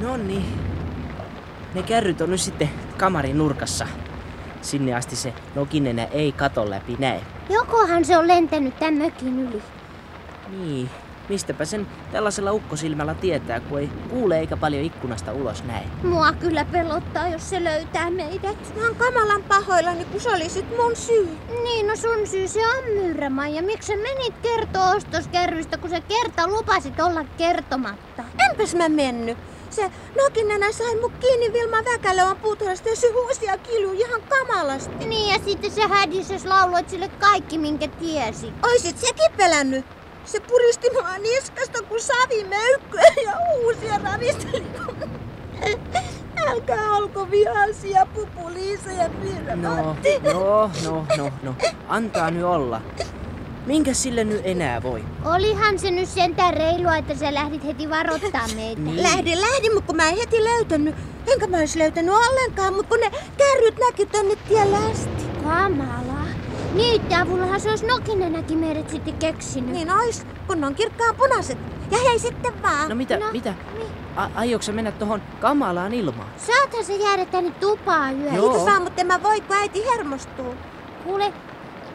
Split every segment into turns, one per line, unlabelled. No niin. Ne kärryt on nyt sitten kamarin nurkassa. Sinne asti se nokinenä ei katon läpi näe.
Jokohan se on lentänyt tämän mökin yli.
Niin, mistäpä sen tällaisella ukkosilmällä tietää, kun ei kuule eikä paljon ikkunasta ulos näe.
Mua kyllä pelottaa, jos se löytää meidät.
Mä oon kamalan pahoillani, kun se oli sit mun syy.
Niin, no sun syy se on myyrämaan. Ja miksi sä menit kertoa ostoskärrystä, kun sä kerta lupasit olla kertomatta?
Enpäs mä mennyt. Se nokinenä sai mut kiinni Vilma Väkälöön puutarhasta ja se huusi ja kiljui ihan kamalasti.
Niin, ja sitten sä hädissäs lauloit sille kaikki, minkä tiesit.
Oisit sekin pelännyt. Se puristi mua niskasta kuin savimöykkyä ja uusia ravisteli. kun- Älkää olko vihaisia, Pupu, Liisa ja Pirra.
No, no, no, no, no. Antaa nyt olla. Minkä sille nyt enää voi?
Olihan se nyt sentään reilua, että sä lähdit heti varoittaa meitä.
Niin.
Lähdin, lähdin, mutta kun mä en heti löytänyt. Enkä mä ois löytänyt ollenkaan, mutta kun ne kärryt näki tonne tielle asti.
Kamala. Niiden avullahan se olisi nokinenäkin meidät sitten keksinyt.
Niin ois, kun on kirkkaan punaiset. Ja hei sitten vaan.
No mitä,
No,
mitä? A- aiotko sä mennä tohon kamalaan ilmaan?
Saathan se jäädä tänne tupaan yöllä.
Joo.
Eikö saa, mutta en mä voi, kun äiti hermostuu.
Kuule,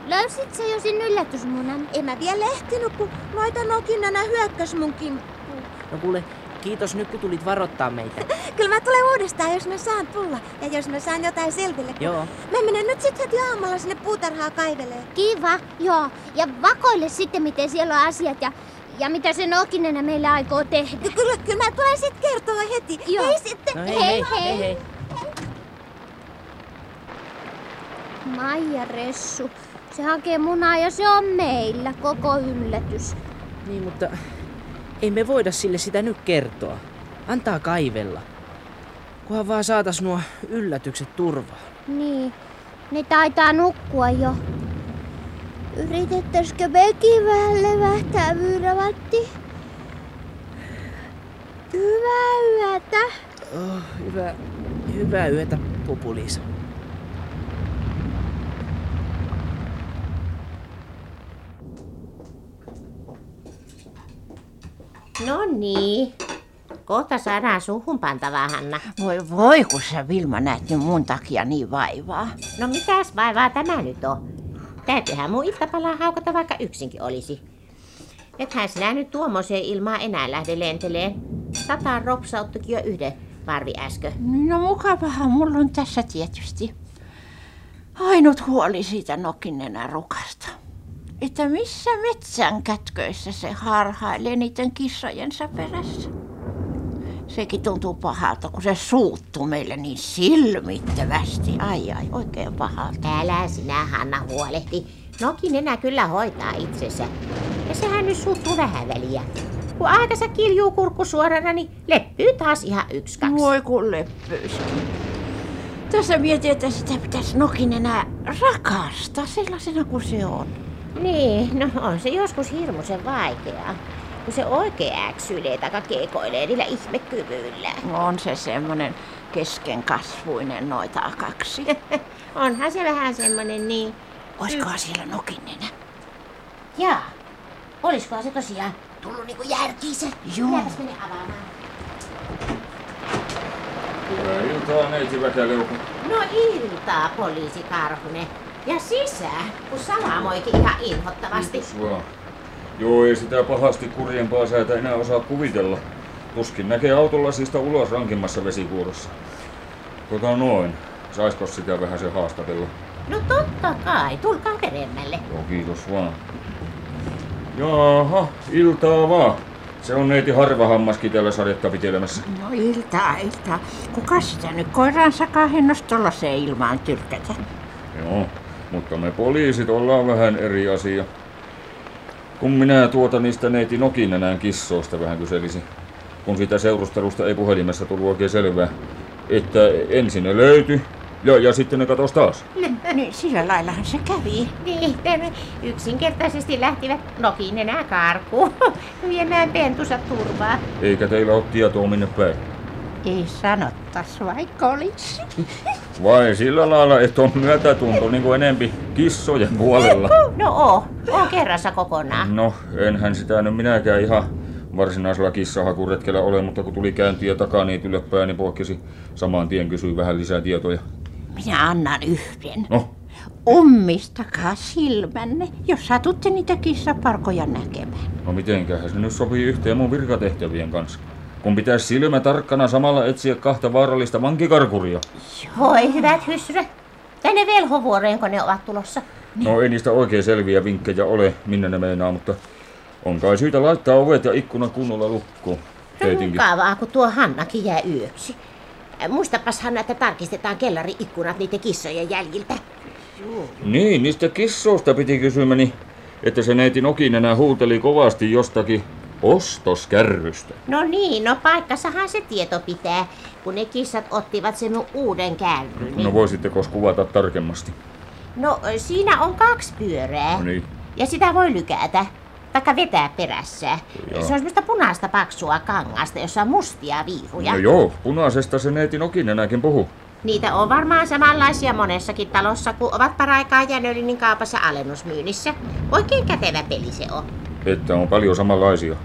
löysit sä jo sen yllätysmunan?
En mä vielä ehtinyt, kun noita nokinana hyökkäs mun kimppuun.
No kuule, kiitos nyt kun tulit varoittaa meitä.
Kyllä mä tulen uudestaan, jos mä saan tulla. Ja jos mä saan jotain selville.
Joo.
Mä menen nyt sit heti aamulla sinne puutarhaa kaivelee.
Kiva, joo. Ja vakoile sitten, miten siellä on asiat ja, ja mitä se nokinenä meille aikoo tehdä.
Ja kyllä, kyllä mä tulen sit kertoa heti.
Joo.
Hei sitten.
No
Hei,
hei, hei,
hei.
hei. hei.
Maija Ressu, se hakee munaa ja se on meillä koko yllätys.
Niin, mutta ei me voida sille sitä nyt kertoa. Antaa kaivella. Kunhan vaan saatas nuo yllätykset turvaan.
Niin, ne taitaa nukkua jo. Yritettäisikö mekin vähän levähtää, Myyrävatti? Hyvää yötä.
Oh, hyvä, hyvää yötä, Pupuliisa.
No niin. Kohta saadaan suhun pantavaa, Hanna.
Voi voi, kun sä Vilma näet nyt mun takia niin vaivaa.
No mitäs vaivaa tämä nyt on? Täytyyhän mun iltapalaa haukata vaikka yksinkin olisi. Ethän sinä nyt tuommoiseen ilmaan enää lähde lenteleen. Sataan ropsauttikin jo yhden parvi äsken.
No mukavahan mulla on tässä tietysti. Ainut huoli siitä nokinenä rukasta. Että missä metsän kätköissä se harhailee niiden kissojensa perässä. Sekin tuntuu pahalta, kun se suuttuu meille niin silmittävästi. Ai ai, oikein pahalta.
Älä sinä, Hanna, huolehti. Nokinenä kyllä hoitaa itsensä. Ja sehän nyt suuttuu vähän väliä. Kun aikansa kiljuu kurkku suorana, niin leppyy taas ihan yksi kaksi.
Voi kun leppyyskin. Tässä mietin, että sitä pitäisi nokinenä rakastaa sellaisena kuin se on.
Niin, no on se joskus hirmuisen vaikeaa, kun se oikein äksyilee tai keikoilee niillä ihmekyvyillä.
On se semmoinen keskenkasvuinen noita kaksi.
Onhan se vähän semmonen niin...
Oiskohan siellä no- nokinenä?
Jaa, olisikohan se tosiaan tullut niinku järkiinsä?
Joo.
Minäpäs menen avaamaan.
Hyvää iltaa, neiti Väkäleuku.
No iltaa, poliisi Karhunen. Ja sisään, kun salamoikin ihan inhottavasti.
Kiitos vaan. Joo, ei sitä pahasti kurjempaa säätä enää osaa kuvitella. Tuskin näkee autolasista ulos rankimmassa vesikuorossa. Tota noin. Saiskos sitä vähän se haastatella?
No totta kai, tulkaa peremmälle.
Joo, kiitos vaan. Jaaha, iltaa vaan. Se on neiti harvahammaskin täällä sadetta pitelemässä.
No iltaa, iltaa. Kuka sitä nyt koiransa kahennos tollaiseen ilmaan tyrkätä?
Joo, mutta me poliisit ollaan vähän eri asia. Kun minä tuota niistä neiti nokinenään kissoista vähän kyselisin. Kun sitä seurustelusta ei puhelimessa tullut oikein selvää. Että ensin ne löytyi ja, ja sitten ne katos taas.
Niin sillä laillahan se kävi.
Niin, ne yksinkertaisesti lähtivät nokinenä karkuun viemään pentunsa turvaa.
Eikä teillä ole tietoa minne päin.
Ei sanottas, vaikka olisi.
Vai sillä lailla, että on myötätunto niin kuin enempi kissojen puolella.
no,
No oo, oo kerrassa kokonaan.
No, enhän sitä nyt minäkään ihan varsinaisella kissahakuretkellä ole, mutta kun tuli käyntiä takaa niin ylöpäin, niin poikkesi saman tien kysyi vähän lisää tietoja.
Minä annan yhden.
No,
Ummistakaa silmänne, jos satutte niitä kissaparkoja näkemään.
no mitenköhän se nyt sopii yhteen mun virkatehtävien kanssa? Kun pitäisi silmä tarkkana samalla etsiä kahta vaarallista vankikarkuria.
Voi hyvät hysrö. Tänne velhovuoreenko ne ovat tulossa?
Niin.
No ei niistä oikein selviä vinkkejä ole, minne ne meinaa, mutta on kai syytä laittaa ovet ja ikkuna kunnolla lukkoon.
No
Tietenkin.
mukavaa, kun tuo Hannakin jää yöksi. Äh, Muistapas Hanna, että tarkistetaan kellari ikkunat niiden kissojen jäljiltä.
Niin, niistä kissoista piti kysymäni, että se neiti Nokinenä huuteli kovasti jostakin ostoskärrystä.
No niin, no paikkasahan se tieto pitää, kun ne kissat ottivat sen mun uuden käyryn.
No
No.
voisitteko kuvata tarkemmasti?
no ö, siinä on kaksi pyörää.
No niin.
Ja sitä voi lykätä. Taikka vetää perässä.
Joo.
Se on semmoista punaista paksua kangasta, jossa on mustia viiruja.
No joo, punaisesta se neiti Nokinenäkin puhu.
Niitä on varmaan samanlaisia monessakin talossa, kun ovat paraikaa Jänölinin kaupassa alennusmyynnissä. Oikein kätevä peli se on.
Että on paljon samanlaisia.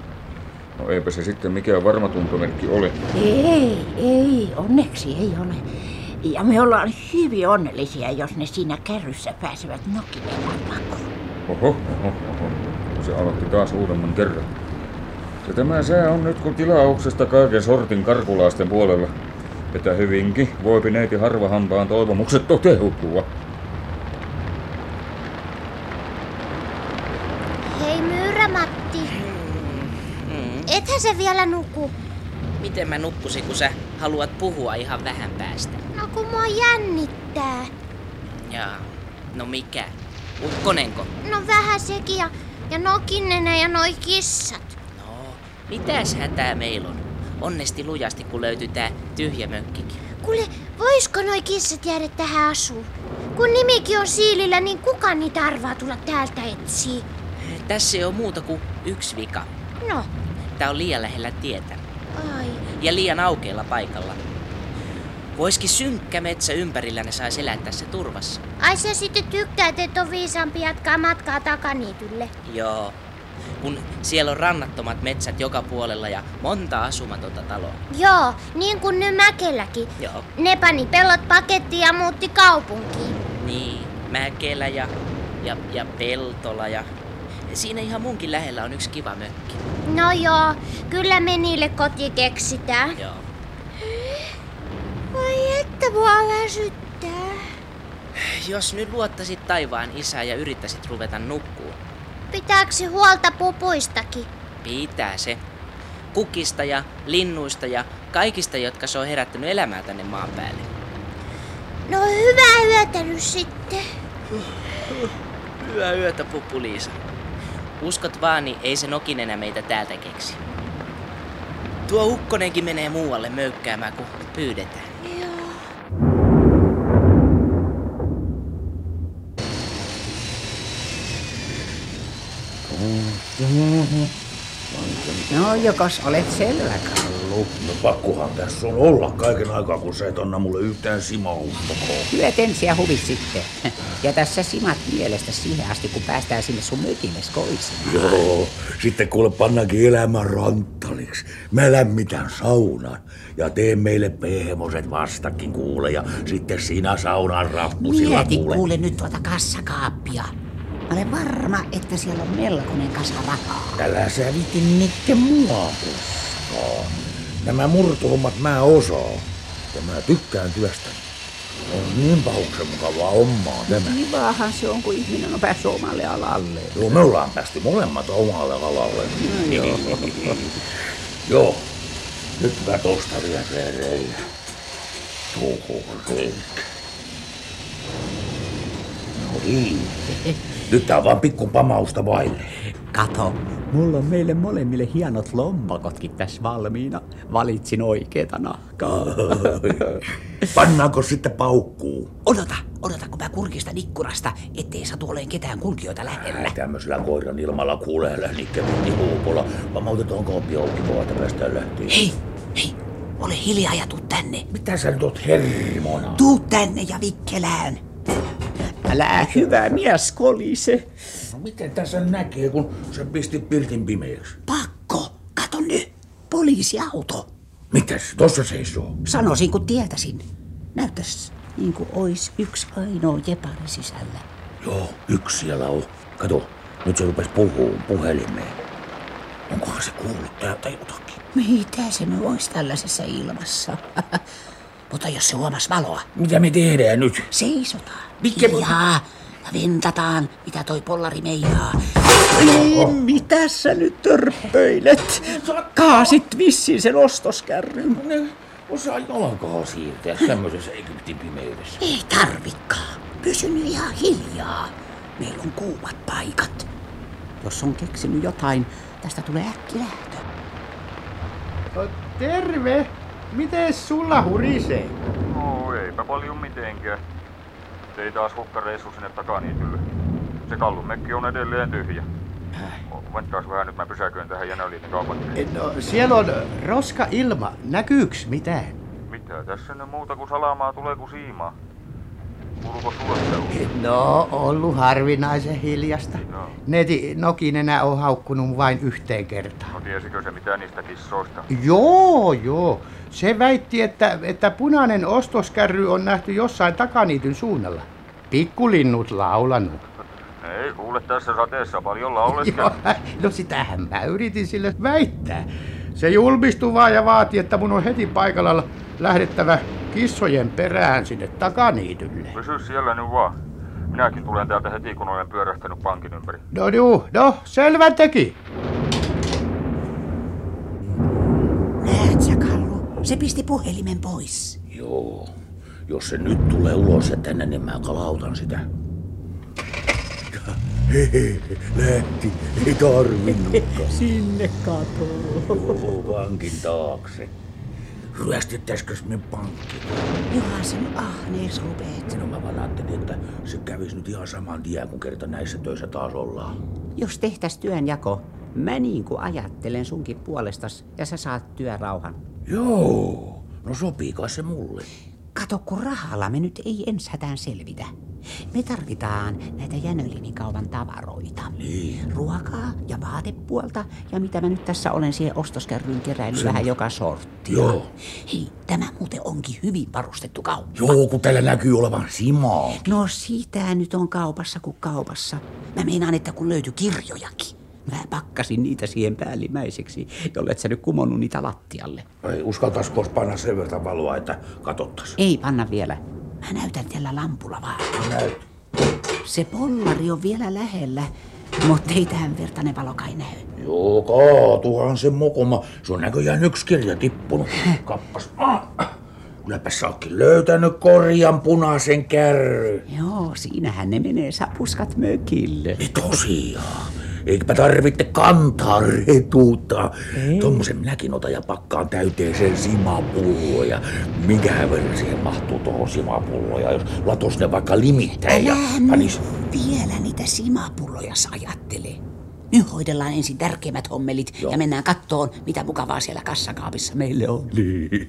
No eipä se sitten mikään varma tuntomerkki ole.
Ei, ei, onneksi ei ole. Ja me ollaan hyvin onnellisia, jos ne siinä kärryssä pääsevät nokinemaan pakoon.
Oho, oho, oho. Se aloitti taas uudemman kerran. Ja tämä sää on nyt kun tilauksesta kaiken sortin karkulaisten puolella. Että hyvinkin voipi neiti harvahampaan toivomukset toteutua.
Hei Myyrämatti. Ethän se vielä nuku.
Mm. Miten mä nukkusin, kun sä haluat puhua ihan vähän päästä?
No kun mua jännittää.
Jaa, no mikä? Ukkonenko?
No vähän sekin ja, ja nokinenä ja noi kissat.
No, mitäs hätää meillä on? Onnesti lujasti, kun löytyy tää tyhjä mökkikin.
Kuule, voisko noi kissat jäädä tähän asuun? Kun nimikin on siilillä, niin kuka niitä arvaa tulla täältä etsii?
Tässä ei ole muuta kuin yksi vika.
No,
Tää on liian lähellä tietä
ai.
ja liian aukealla paikalla. Voiskin synkkä metsä ympärillä ne sais elää tässä turvassa.
Ai sä sitten tykkäät, että on viisaampi jatkaa matkaa takaniitylle.
Joo. Kun siellä on rannattomat metsät joka puolella ja monta asumatonta taloa.
Joo, niin kuin nyt Mäkelläkin.
Joo.
Ne pani pellot pakettiin ja muutti kaupunkiin.
Niin, Mäkelä ja, ja, ja Peltola ja... Siinä ihan munkin lähellä on yksi kiva mökki.
No joo, kyllä me niille koti keksitään.
Joo.
Voi että mua väsyttää.
Jos nyt luottaisit taivaan isää ja yrittäisit ruveta nukkuun,
Pitääkö se huolta pupuistakin?
pitää se. Kukista ja linnuista ja kaikista, jotka se on herättänyt elämää tänne maan päälle.
No hyvää yötä nyt sitten.
Hyvää yötä, Puppu Liisa. Uskot vaan, niin ei se nokin enää meitä täältä keksi. Tuo ukkonenkin menee muualle möykkäämään, kun pyydetään.
No, jokos olet selvä, Kallu.
No pakkohan tässä on olla kaiken aikaa, kun sä et anna mulle yhtään simauttakoon.
Lyöt ensin ja huvit sitten. Ja tässä simat mielestä siihen asti, kun päästään sinne sun mökilles koisiin.
Joo, sitten kuule pannaankin elämä ranttaliksi. Mä lämmitän saunan ja teen meille pehmoset vastakin kuule ja sitten sinä saunan rappusilla
Mieti
kuule.
kuule nyt tuota kassakaappia. Mä olen varma, että siellä on melkoinen kasa rahaa.
Älä sä viti niitten mua koskaan. Nämä murtohommat mä osaan ja mä tykkään työstä. On niin pahuksen mukavaa hommaa tämä.
Kivahan Niin se on, kun ihminen on päässyt omalle alalle. No
Joo, me ollaan päästy molemmat omalle alalle.
niin.
joo. joo. Nyt mä tosta vielä reillä. Tuohon reikä. No niin. Nyt tää on vaan pikku pamausta vaille.
Kato, mulla on meille molemmille hienot lompakotkin tässä valmiina. Valitsin oikeeta nahkaa.
Pannaanko sitten paukkuu?
Odota, odota, kun mä kurkistan ikkunasta, ettei satu oleen ketään kulkijoita lähellä.
Älä tämmöisellä koiran ilmalla kuulella, niin kevytti huupolla. Pamautetaanko oppi auki vaan, että päästään lähtiin.
Hei, hei, ole hiljaa ja tuu tänne.
Mitä sä nyt oot hermona?
Tuu tänne ja vikkelään. Älä hyvä mies kolise.
No miten tässä näkee, kun se pisti pirtin pimeäksi?
Pakko, kato
poliisiauto.
Mitäs? Tossa seisoo.
Sanoisin, kun tietäisin. Näyttäis niin kuin ois yksi ainoa jepari sisällä.
Joo, yksi siellä on. Kato, nyt se rupes puhuun puhelimeen. Onkohan se kuullut täältä jotakin?
Mitä se nyt ois tällaisessa ilmassa? Mutta jos se huomas valoa,
Mitä me tehdään nyt?
seisotaan.
Mikä-
Hiljaa. Ja ventataan, mitä toi pollari meijaa. Niin, mitä sä nyt törpöilet? Kaasit vissiin sen ostoskärryn.
Osaa jalkaa siirtää tämmöisessä Egyptin pimeydessä.
Ei tarvikkaa. Pysy nyt ihan hiljaa. Meillä on kuumat paikat. Jos on keksinyt jotain, tästä tulee äkkilähtö.
No, Terve! Miten sulla hurisee?
No, eipä paljon mitenkään. Ei taas hukkareissu sinne takaniitylle. niin Se kallumekki on edelleen tyhjä. Venttaas vähän nyt mä pysäköin tähän jänöliin kaupan.
No, siellä on roska ilma. Näkyyks mitään?
Mitä tässä nyt muuta kuin salamaa tulee kuin siimaa? Kuuluuko sulle sellaista?
No, ollut harvinaisen hiljasta.
Joo.
Neti Nokinenä on haukkunut vain yhteen kertaan.
No tiesikö se mitä niistä kissoista?
Joo, joo. Se väitti, että, että punainen ostoskärry on nähty jossain takaniityn suunnalla. Pikkulinnut laulanut.
Ei kuule tässä sateessa paljon lauleskella.
Joo, no sitähän mä yritin sille väittää. Se julmistui vaan ja vaati, että mun on heti paikalla lähdettävä kissojen perään sinne takaniitylle.
Pysy siellä nyt vaan. Minäkin tulen täältä heti kun olen pyörähtänyt pankin ympäri.
No juu, no selvä teki.
Näet sä, Kallu? Se pisti puhelimen pois.
Joo. Jos se nyt tulee ulos ja tänne, niin mä kalautan sitä. Hehe, lähti. Ei tarvinnutkaan.
Sinne katoo.
Joo, pankin taakse. Ryöstettäisikös me pankki?
Johan sen ahnees rupeet.
No mä vaan ajattelin, että se kävisi nyt ihan saman tien, kun kerta näissä töissä taas ollaan.
Jos tehtäis työnjako, mä niin kuin ajattelen sunkin puolestas ja sä saat työrauhan.
Joo. No sopii kai se mulle.
Kato, kun rahalla me nyt ei ensi hätään selvitä. Me tarvitaan näitä Jänölinin kaupan tavaroita. Niin. Ruokaa ja vaatepuolta ja mitä mä nyt tässä olen siihen ostoskärryyn keräillyt vähän joka sorttia.
Joo.
Hei, tämä muuten onkin hyvin varustettu kauppa.
Joo, kun täällä näkyy olevan Simaa.
No sitä nyt on kaupassa kuin kaupassa. Mä meinaan, että kun löytyi kirjojakin. Mä pakkasin niitä siihen päällimmäiseksi, jolle sä nyt kumonnut niitä lattialle.
No Ei uskaltaisiko panna sen verran valoa, että katottas.
Ei panna vielä. Mä näytän tällä lampulla vaan.
Näyt.
Se pollari on vielä lähellä, mutta ei tähän vertainen valo kai näy.
Joo, kaatuhan se mokoma. Se on näköjään yksi kirja tippunut. Kappas. Ah. Kylläpä sä ootkin löytänyt korjan punaisen kärry.
Joo, siinähän ne menee sapuskat mökille.
Ei tosiaan. Eikö tarvitte kantaa retuuta? Tuommoisen minäkin otan ja pakkaan täyteen sen simapulloa. Ja minkähän verran siihen mahtuu tuohon simapulloon. Ja jos latos ne vaikka limittäin ja
Älä nyt
panis...
vielä niitä simapulloja sä ajattele. Nyt hoidellaan ensin tärkeimmät hommelit Joo. ja mennään kattoon, mitä mukavaa siellä kassakaapissa meille on.
Niin.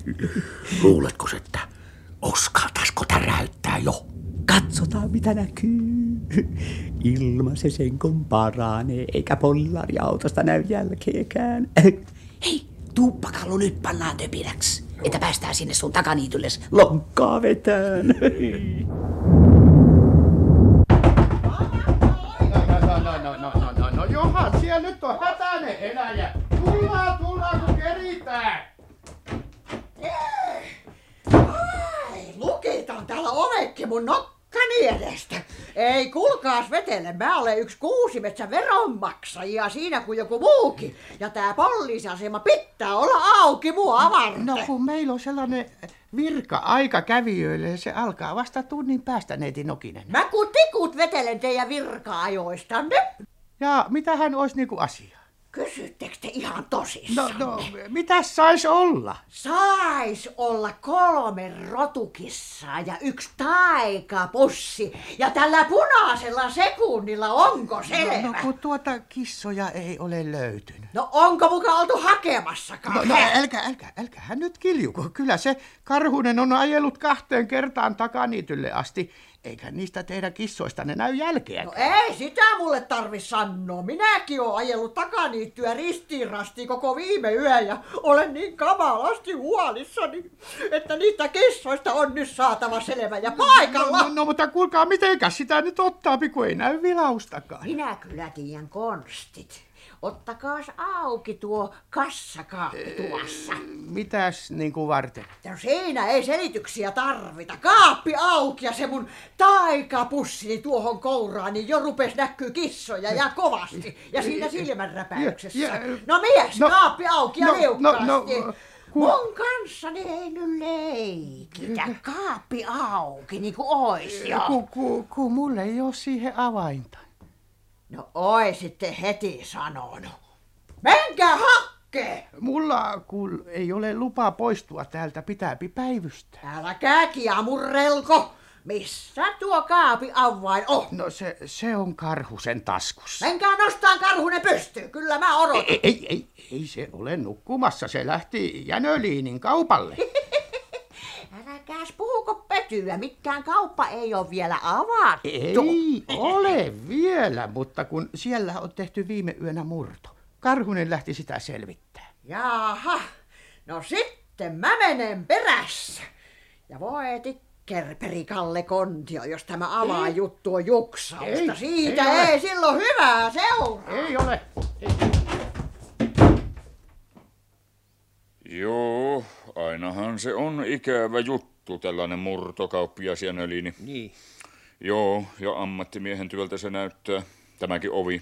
Luuletko, että uskaltaisiko täräyttää jo?
Katsotaan, mitä näkyy.
Ilma se senkon paranee, eikä pollariautosta näy jälkeekään.
Hei, tuuppakallu nyt pannaan töpinäksi, että päästään sinne sun takaniitylles.
Lonkkaa vetään.
No, no, no, no, no, no, no, Johan, siellä nyt on hätäinen eläjä. Tullaan, tullaan, kun keritään.
Lukitaan täällä ovekki mun nokkani edestä. Ei kulkaas vetele, mä olen yksi kuusimetsän veronmaksajia siinä kuin joku muukin. Ja tää poliisiasema pitää olla auki mua avarten.
No, kun meillä on sellainen virka-aika kävijöille ja se alkaa vasta tunnin päästä, neiti Nokinen.
Mä kun tikut vetelen teidän virka-ajoistanne.
Ja mitähän olisi niinku asia?
Kysyttekö te ihan tosissaan?
No, no, mitäs sais olla?
Sais olla kolme rotukissaa ja yksi taikapussi. Ja tällä punaisella sekunnilla onko selvä?
No, no, kun tuota kissoja ei ole löytynyt.
No onko muka oltu hakemassakaan?
No, no älkää, älkää, älkähän nyt kiljuko. Kyllä se karhunen on ajellut kahteen kertaan takaniitylle asti. Eiköhän niistä teidän kissoistanne näy jälkeä.
No ei sitä mulle tarvi sanoa. Minäkin oon ajellut takaniittyä ristiin rastiin koko viime yön ja olen niin kamalasti huolissani, että niistä kissoista on nyt saatava selvä ja paikalla.
No, no, no mutta kuulkaa, mitenkäs sitä nyt ottaa, kun ei näy vilaustakaan.
Minä kyllä tiedän konstit. Ottakaas auki tuo kassakaappi tuossa.
Mitäs niinku varten?
No siinä ei selityksiä tarvita. Kaappi auki ja se mun taikapussini tuohon kouraan, niin jo rupes näkyy kissoja ja kovasti. Ja siinä silmänräpäyksessä.
Ja- ja-
No mies,
no-
kaappi auki ja
no- no-
liukkaasti.
no,
Mun kanssani ei nyt leikitä. Kaappi auki niin kuin ois jo.
Ku, ku, ku mulle ei ole siihen avainta.
No oi sitten heti sanonut. Menkää hakkeen!
Mulla kun ei ole lupaa poistua täältä, pitääpi päivystä.
Älkää kiamurrelko! Missä tuo kaapi avain on?
No se, se on karhusen taskussa.
Menkää nostaa karhunen pystyyn, kyllä mä odotan.
Ei, ei, ei, ei se ole nukkumassa, se lähti Jänöliinin kaupalle.
Äläkääs puhuko pötyä, mikään kauppa ei ole vielä avattu.
Ei ole vielä, mutta kun siellä on tehty viime yönä murto. Karhunen lähti sitä selvittämään.
Jaha, no sitten mä menen perässä. Ja voi tikkerperi Kalle Kontio, jos tämä avaa
Ei.
juttu on juksausta.
Ei,
Siitä
ei
ei,
ole.
ei silloin hyvää seuraa.
Ei ole.
Joo, ainahan se on ikävä juttu, tällainen murtokauppias ja nöliini. Niin. Joo, ja ammattimiehen työltä se näyttää, tämäkin ovi.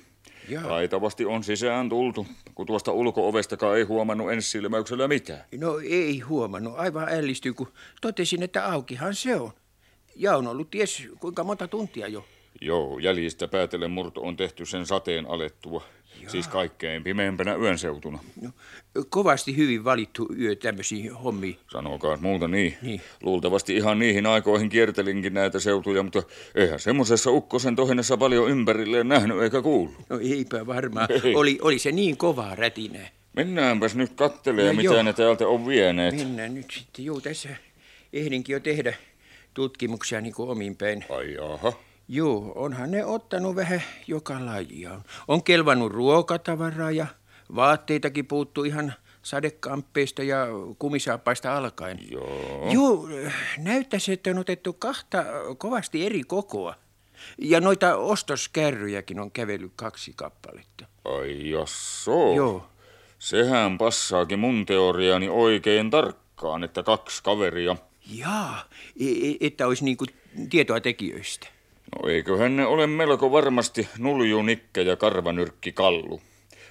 Jaa.
Taitavasti on sisään tultu, kun tuosta ulko-ovestakaan ei huomannut ensisilmäyksellä mitään.
No ei huomannut, aivan ällistyin, kun totesin, että aukihan se on. Ja on ollut ties kuinka monta tuntia jo.
Joo, jäljistä päätellen murto on tehty sen sateen alettua. Jaa. Siis kaikkein pimeimpänä yön seutuna.
Kovasti hyvin valittu yö tämmöisiin hommiin.
Sanokaa muuta niin. niin. Luultavasti ihan niihin aikoihin kiertelinkin näitä seutuja, mutta eihän semmosessa ukkosen tohinassa paljon ympärilleen nähnyt eikä kuullut.
No eipä varmaan. Oli, oli se niin kovaa rätinää.
Mennäänpäs nyt kattelee,
No
no mitä
joo. Niin,
joo. ne täältä on vieneet.
Mennään nyt sitten. Joo, tässä ehdinkin jo tehdä tutkimuksia niin kuin omin päin.
Ai jaha.
Joo, onhan ne ottanut vähän joka lajia. On- On kelvannut ruokatavaraa ja vaatteitakin puuttuu ihan sadekamppeista ja kumisaappaista alkaen.
Joo.
Joo, näyttäisi, että on otettu kahta kovasti eri kokoa. Ja noita ostoskärryjäkin on kävellyt kaksi kappaletta.
Ai jassoo.
Joo.
Sehän passaakin mun teoriaani oikein tarkkaan, että kaksi kaveria.
Jaa, e- e- että olisi niinku tietoa tekijöistä.
No eiköhän ne ole melko varmasti Nulju Nikke ja Karvanyrkki Kallu.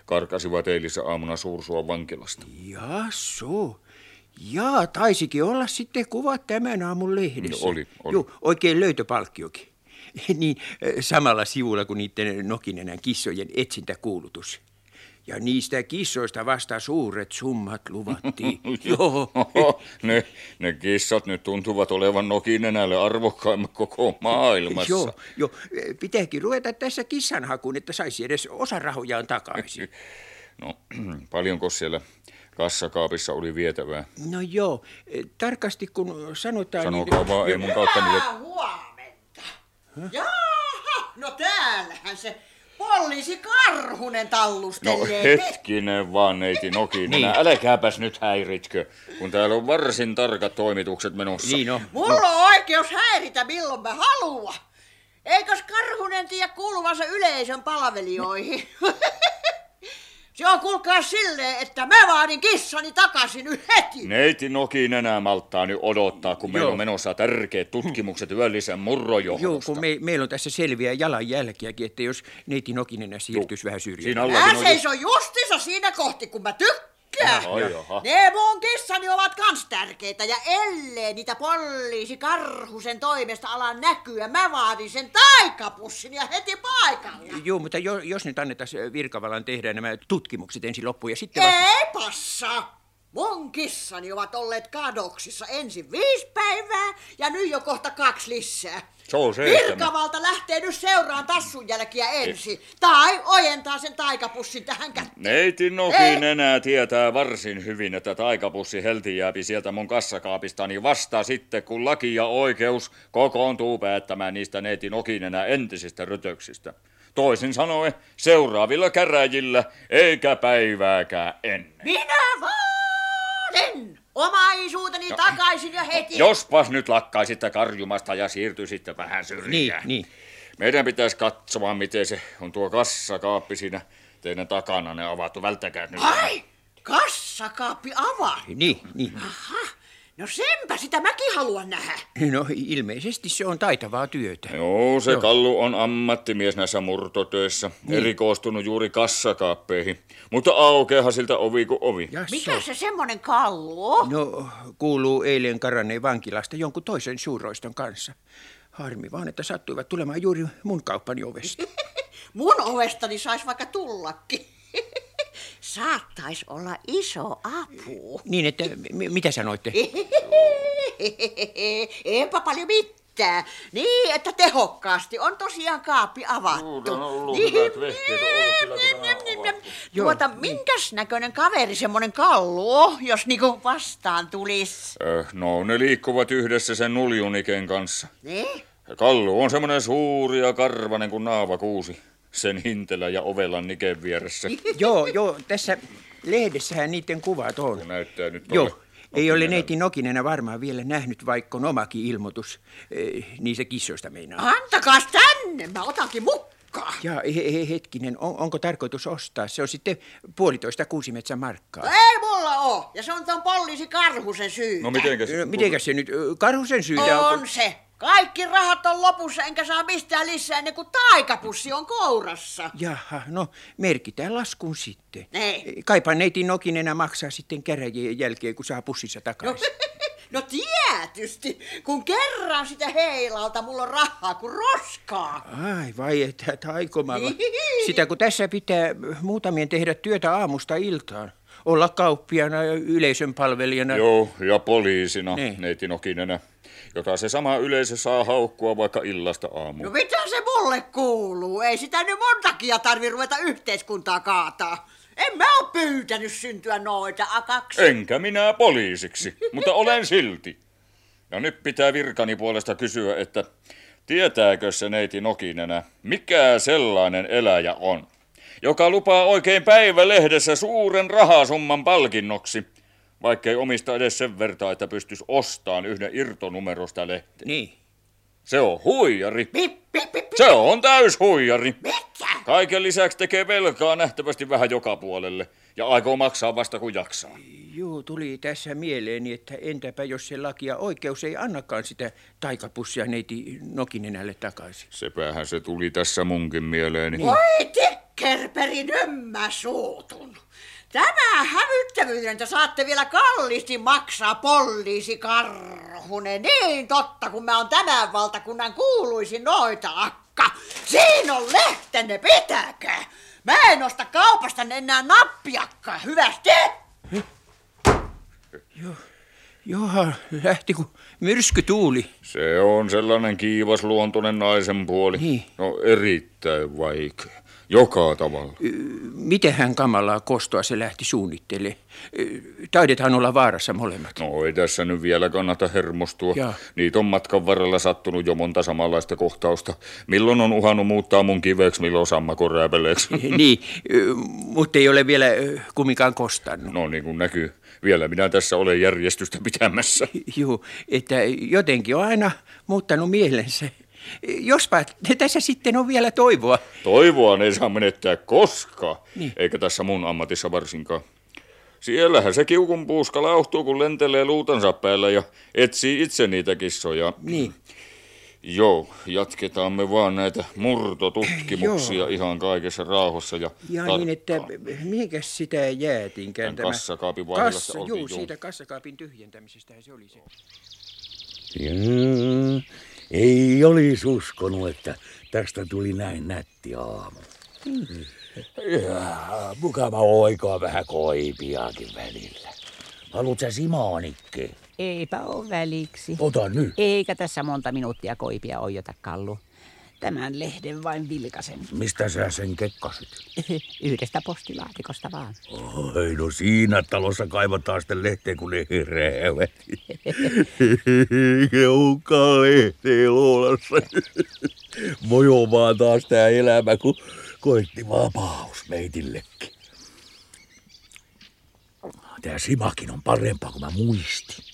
Karkasivat eilissä aamuna Suursuon vankilasta.
Jaa, so. Jaa, taisikin olla sitten kuva tämän aamun lehdessä.
No oli, oli.
Joo, oikein löytöpalkkiokin. niin, eh, samalla sivulla kuin niiden nokinenän kissojen etsintäkuulutus. Ja niistä kissoista vasta suuret summat luvattiin. Joo.
ne, ne kissat nyt tuntuvat olevan nokinenälle arvokkaimmat koko maailmassa.
Joo, joo, Eh, pitääkin ruveta tässä kissanhakuun, että saisi edes osa rahojaan takaisin.
No, paljonko siellä kassakaapissa oli vietävää?
No joo, eh, tarkasti kun sanotaan... niin-
Sanokaa vaan, ei mun kautta niille...
Hyvää huomenta. Jaha, no täällähän se poliisi Karhunen
No
tallustelee.
hetkinen vaan, neiti Nokinen. Niin. Älkääpäs nyt häiritkö, kun täällä on varsin tarkat toimitukset menossa. Niin on.
Mulla on oikeus häiritä milloin mä haluan. Eikös Karhunen tiedä kuuluvansa yleisön palvelijoihin? Se on kuulkaa silleen, että mä vaadin kissani takaisin nyt heti.
Neiti Nokin enää malttaa nyt odottaa, kun meillä
Joo.
on menossa tärkeät tutkimukset yöllisen murrojohdosta.
Joo, kun me, meillä on tässä selviä jalanjälkiäkin, että jos neiti Nokinenä siirtyisi vähän syrjään.
Siinä
Mä seison justiinsa siinä kohti, kun mä tykkään.
Jaha, jaha.
Ne mun kissani ovat kans tärkeitä ja ellei niitä poliisi karhusen toimesta ala näkyä, mä vaadin sen taikapussin ja heti paikalla.
Joo, mutta jo, jos nyt annetaan virkavallan tehdä nämä tutkimukset ensin loppuun ja sitten...
Ei passa. Mun kissani ovat olleet kadoksissa ensin viisi päivää ja nyt jo kohta kaksi lisää.
Se on No seitsemän.
Virkavalta lähtee nyt seuraan tassun jälkiä ensin. Tai ojentaa sen taikapussin tähän käteen.
Neiti Nokin enää tietää varsin hyvin, että taikapussi helti jääpi sieltä mun kassakaapistani vasta sitten, kun laki ja oikeus kokoontuu päättämään niistä neiti Nokin enää entisistä rötöksistä. Toisin sanoen seuraavilla käräjillä, eikä päivääkään ennen.
Minä vaadin omaisuuteni
No.
takaisin ja heti.
Jospas nyt lakkaisitte karjumasta ja siirtyisitte vähän syrjään. Niin, niin. Meidän pitäisi katsoa, miten se on tuo kassakaappi siinä teidän takana ne avattu. Välttäkää nyt.
Ai, kassakaappi avaa.
Niin, niin.
No senpä sitä mäkin haluan nähdä.
No ilmeisesti se on taitavaa työtä.
Joo, se
Joo.
Kallu on ammattimies näissä murtotöissä.
Niin.
Niin. Erikoistunut juuri kassakaappeihin. Mutta aukeahan siltä ovi kuin ovi.
Mikä se semmonen kallu
Oh.
on?
No, kuuluu eilen karanneen vankilasta jonkun toisen suurroiston kanssa. Harmi vaan, että sattuivat tulemaan juuri mun kauppani ovesta.
Mun ovestani sais vaikka tullakin. Saattais olla iso apu.
Niin, että m- mitä sanoitte?
Eipä paljon mitään. Niin, että tehokkaasti on tosiaan kaappi avattu. Niin,
Niin, Joo, niin.
Tuota, minkäs näköinen kaveri semmonen kallu on, jos niinku vastaan tulis?
niin,
Öh, no, ne liikkuvat yhdessä sen nuljuniken kanssa.
Niin?
Ja Kallu on semmoinen suuri ja karvanen kuin naavakuusi. Sen hintelä ja ovella niken vieressä.
Niin. joo, joo, tässä lehdessähän niiden kuvat on.
Näyttää nyt tolle.
Joo, ei ole neiti Nokinenä varmaan vielä nähnyt, vaikka on omakin ilmoitus. Eh, niistä kissoista meinaa.
Antakaas tänne, mä otankin mukaan.
Ja he- he- hetkinen, on, onko tarkoitus ostaa? Se on sitten puolitoista kuusimetsän markkaa.
Ei mulla oo, ja se on ton poliisi Karhusen syy.
No, mitenkäs se nyt? ö, Karhusen syytä
On se. Kaikki rahat on lopussa, enkä saa mistään lisää ennen kuin taikapussi on kourassa. Niin.
Jaha, no merkitään laskuun sitten. Eh,
Ei.
Kaipa neiti Nokin enää maksaa sitten käräjien jälkeen, kun saa pussissa
No,
takaisin.
no tietysti, kun kerran sitä heilalta mulla on rahaa kuin roskaa.
Ai vai, että taikomalla. Sitä kun tässä pitää eh, muutamien tehdä työtä aamusta iltaan. Olla kauppiana ja yleisön palvelijana.
Joo, ja poliisina,
Niin.
neiti Nokinenä, jota se sama yleisö saa haukkua vaikka illasta aamuun.
No mitä se mulle kuuluu? Ei sitä nyt mun takia tarvi ruveta yhteiskuntaa kaataa. En mä oo pyytänyt syntyä noita akaksi.
Enkä minä poliisiksi, mutta olen silti. Ja nyt pitää virkani puolesta kysyä, että tietääkö se neiti Nokinenä, mikä sellainen eläjä on, joka lupaa oikein päivälehdessä suuren rahasumman palkinnoksi, vaikkei omista edes sen vertaa, että pystyisi ostamaan yhden irtonumerosta lehteä.
Niin.
Se on huijari. Se on täys huijari. Kaiken lisäksi tekee velkaa nähtävästi vähän joka puolelle ja aikoo maksaa vasta kun jaksaa.
Joo, tuli tässä mieleeni, että entäpä jos se laki ja oikeus ei annakaan sitä taikapussia neiti Nokinenälle takaisin.
Sepäähän se tuli tässä munkin mieleeni.
Niin.
Voi tikkerperi, mä suutun. Tämä hävyttävyyden te saatte vielä kalliisti maksaa poliisi karhunen. Niin totta, kun mä oon tämän valtakunnan kuuluisin noita akka. Siinä on lehtenne, pitäkää. Mä en osta kaupasta enää nappiakkaa, hyvästi?
Johan lähti kuin myrskytuuli.
Se on sellainen kiivasluontoinen naisen puoli. Niin. No erittäin vaikea. Joka tavalla.
Mitenhän kamalaa kostoa se lähti suunnittelemaan? Taidethan olla vaarassa molemmat.
No ei tässä nyt vielä kannata hermostua.
Jaa.
Niitä on matkan varrella sattunut jo monta samanlaista kohtausta. Milloin on uhannut muuttaa mun kiveksi, milloin sammakon rääpäleeksi.
niin, mutta ei ole vielä ö, kumminkaan kostannut.
No niin kuin näkyy, vielä minä tässä olen järjestystä pitämässä.
Juu, että jotenkin on aina muuttanut mielensä. Jospa tässä sitten on vielä toivoa.
Toivoa ei saa menettää koskaan, niin. eikä tässä mun ammatissa varsinkaan. Siellähän se kiukun puuska lauhtuu, kun lentelee luutansa päällä ja etsii itse niitä kissoja.
Niin.
Joo, jatketaan me vaan näitä murtotutkimuksia ihan kaikessa rauhassa ja,
Ja
tar-
niin, että mihinkäs sitä jäätinkään
Tämän kassakaapin vaihdosta
Kassa,
oltiin,
juu,
juu.
siitä kassakaapin tyhjentämisestä se oli se.
Jaa, ei olisi uskonut, että tästä tuli näin nätti aamu. Jaa, mukava oikoa vähän koipiaakin välillä. Haluut sä Simonikke?
Eipä oo väliksi.
Ota nyt.
Eikä tässä monta minuuttia koipia oijota, Kallu. Tämän lehden vain vilkasen.
Mistä sä sen kekkasit?
Yhdestä postilaatikosta vaan.
Oi, no siinä talossa kaivataan sitten lehteen, kun ne heräävät. Eikä olekaan lehteen luolassa. Mojomaan taas tää elämä, kun koitti vapaus meitillekin. Tää simakin on parempaa kuin mä muistin.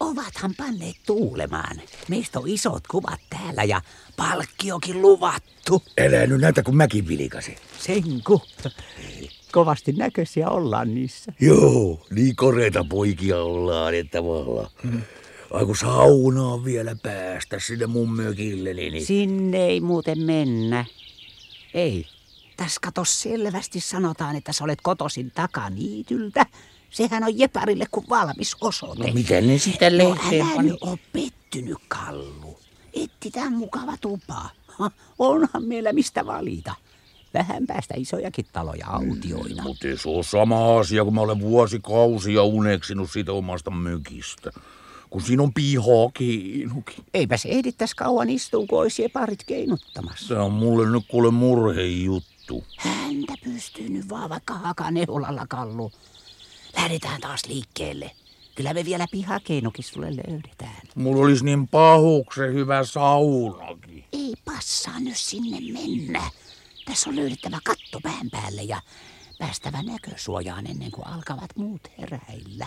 Ovathan panneet tuulemaan. Meistä on isot kuvat täällä ja palkkiokin luvattu.
Älä nyt näytä, kun mäkin vilikasin.
Senku. Kovasti näköisiä ollaan niissä.
Joo, niin koreita poikia ollaan, että tavallaan. Mm. Ai kun saunaan vielä päästä sinne mun mökille, niin...
Sinne ei muuten mennä. Ei. Tässä kato selvästi sanotaan, että sä olet kotosin takaniityltä. Sehän on Jeparille kuin valmis osoite.
No miten ne sitä lehteen
no, älä
pani?
nyt oo pettynyt, Kallu. Etsitään mukava tupa. Ha, onhan meillä mistä valita. Vähän päästä isojakin taloja
Mm.
autioina.
Mutta ei se ole sama asia, kun mä olen vuosikausia uneksinut siitä omasta mökistä. Kun siinä on pihaa kiinukin.
Eipä se ehdittäis kauan istuun, kun olisi parit keinuttamassa.
Se on mulle nyt kuule murhejuttu.
Häntä pystyy nyt vaan vaikka hakaneulalla, Kallu. Lähdetään taas liikkeelle. Kyllä me vielä pihakeinokin sulle löydetään.
Mulla olisi niin pahuksen hyvä saunakin.
Ei passaa nyt sinne mennä. Tässä on löydettävä katto pään päälle ja päästävä näkösuojaan ennen kuin alkavat muut heräillä.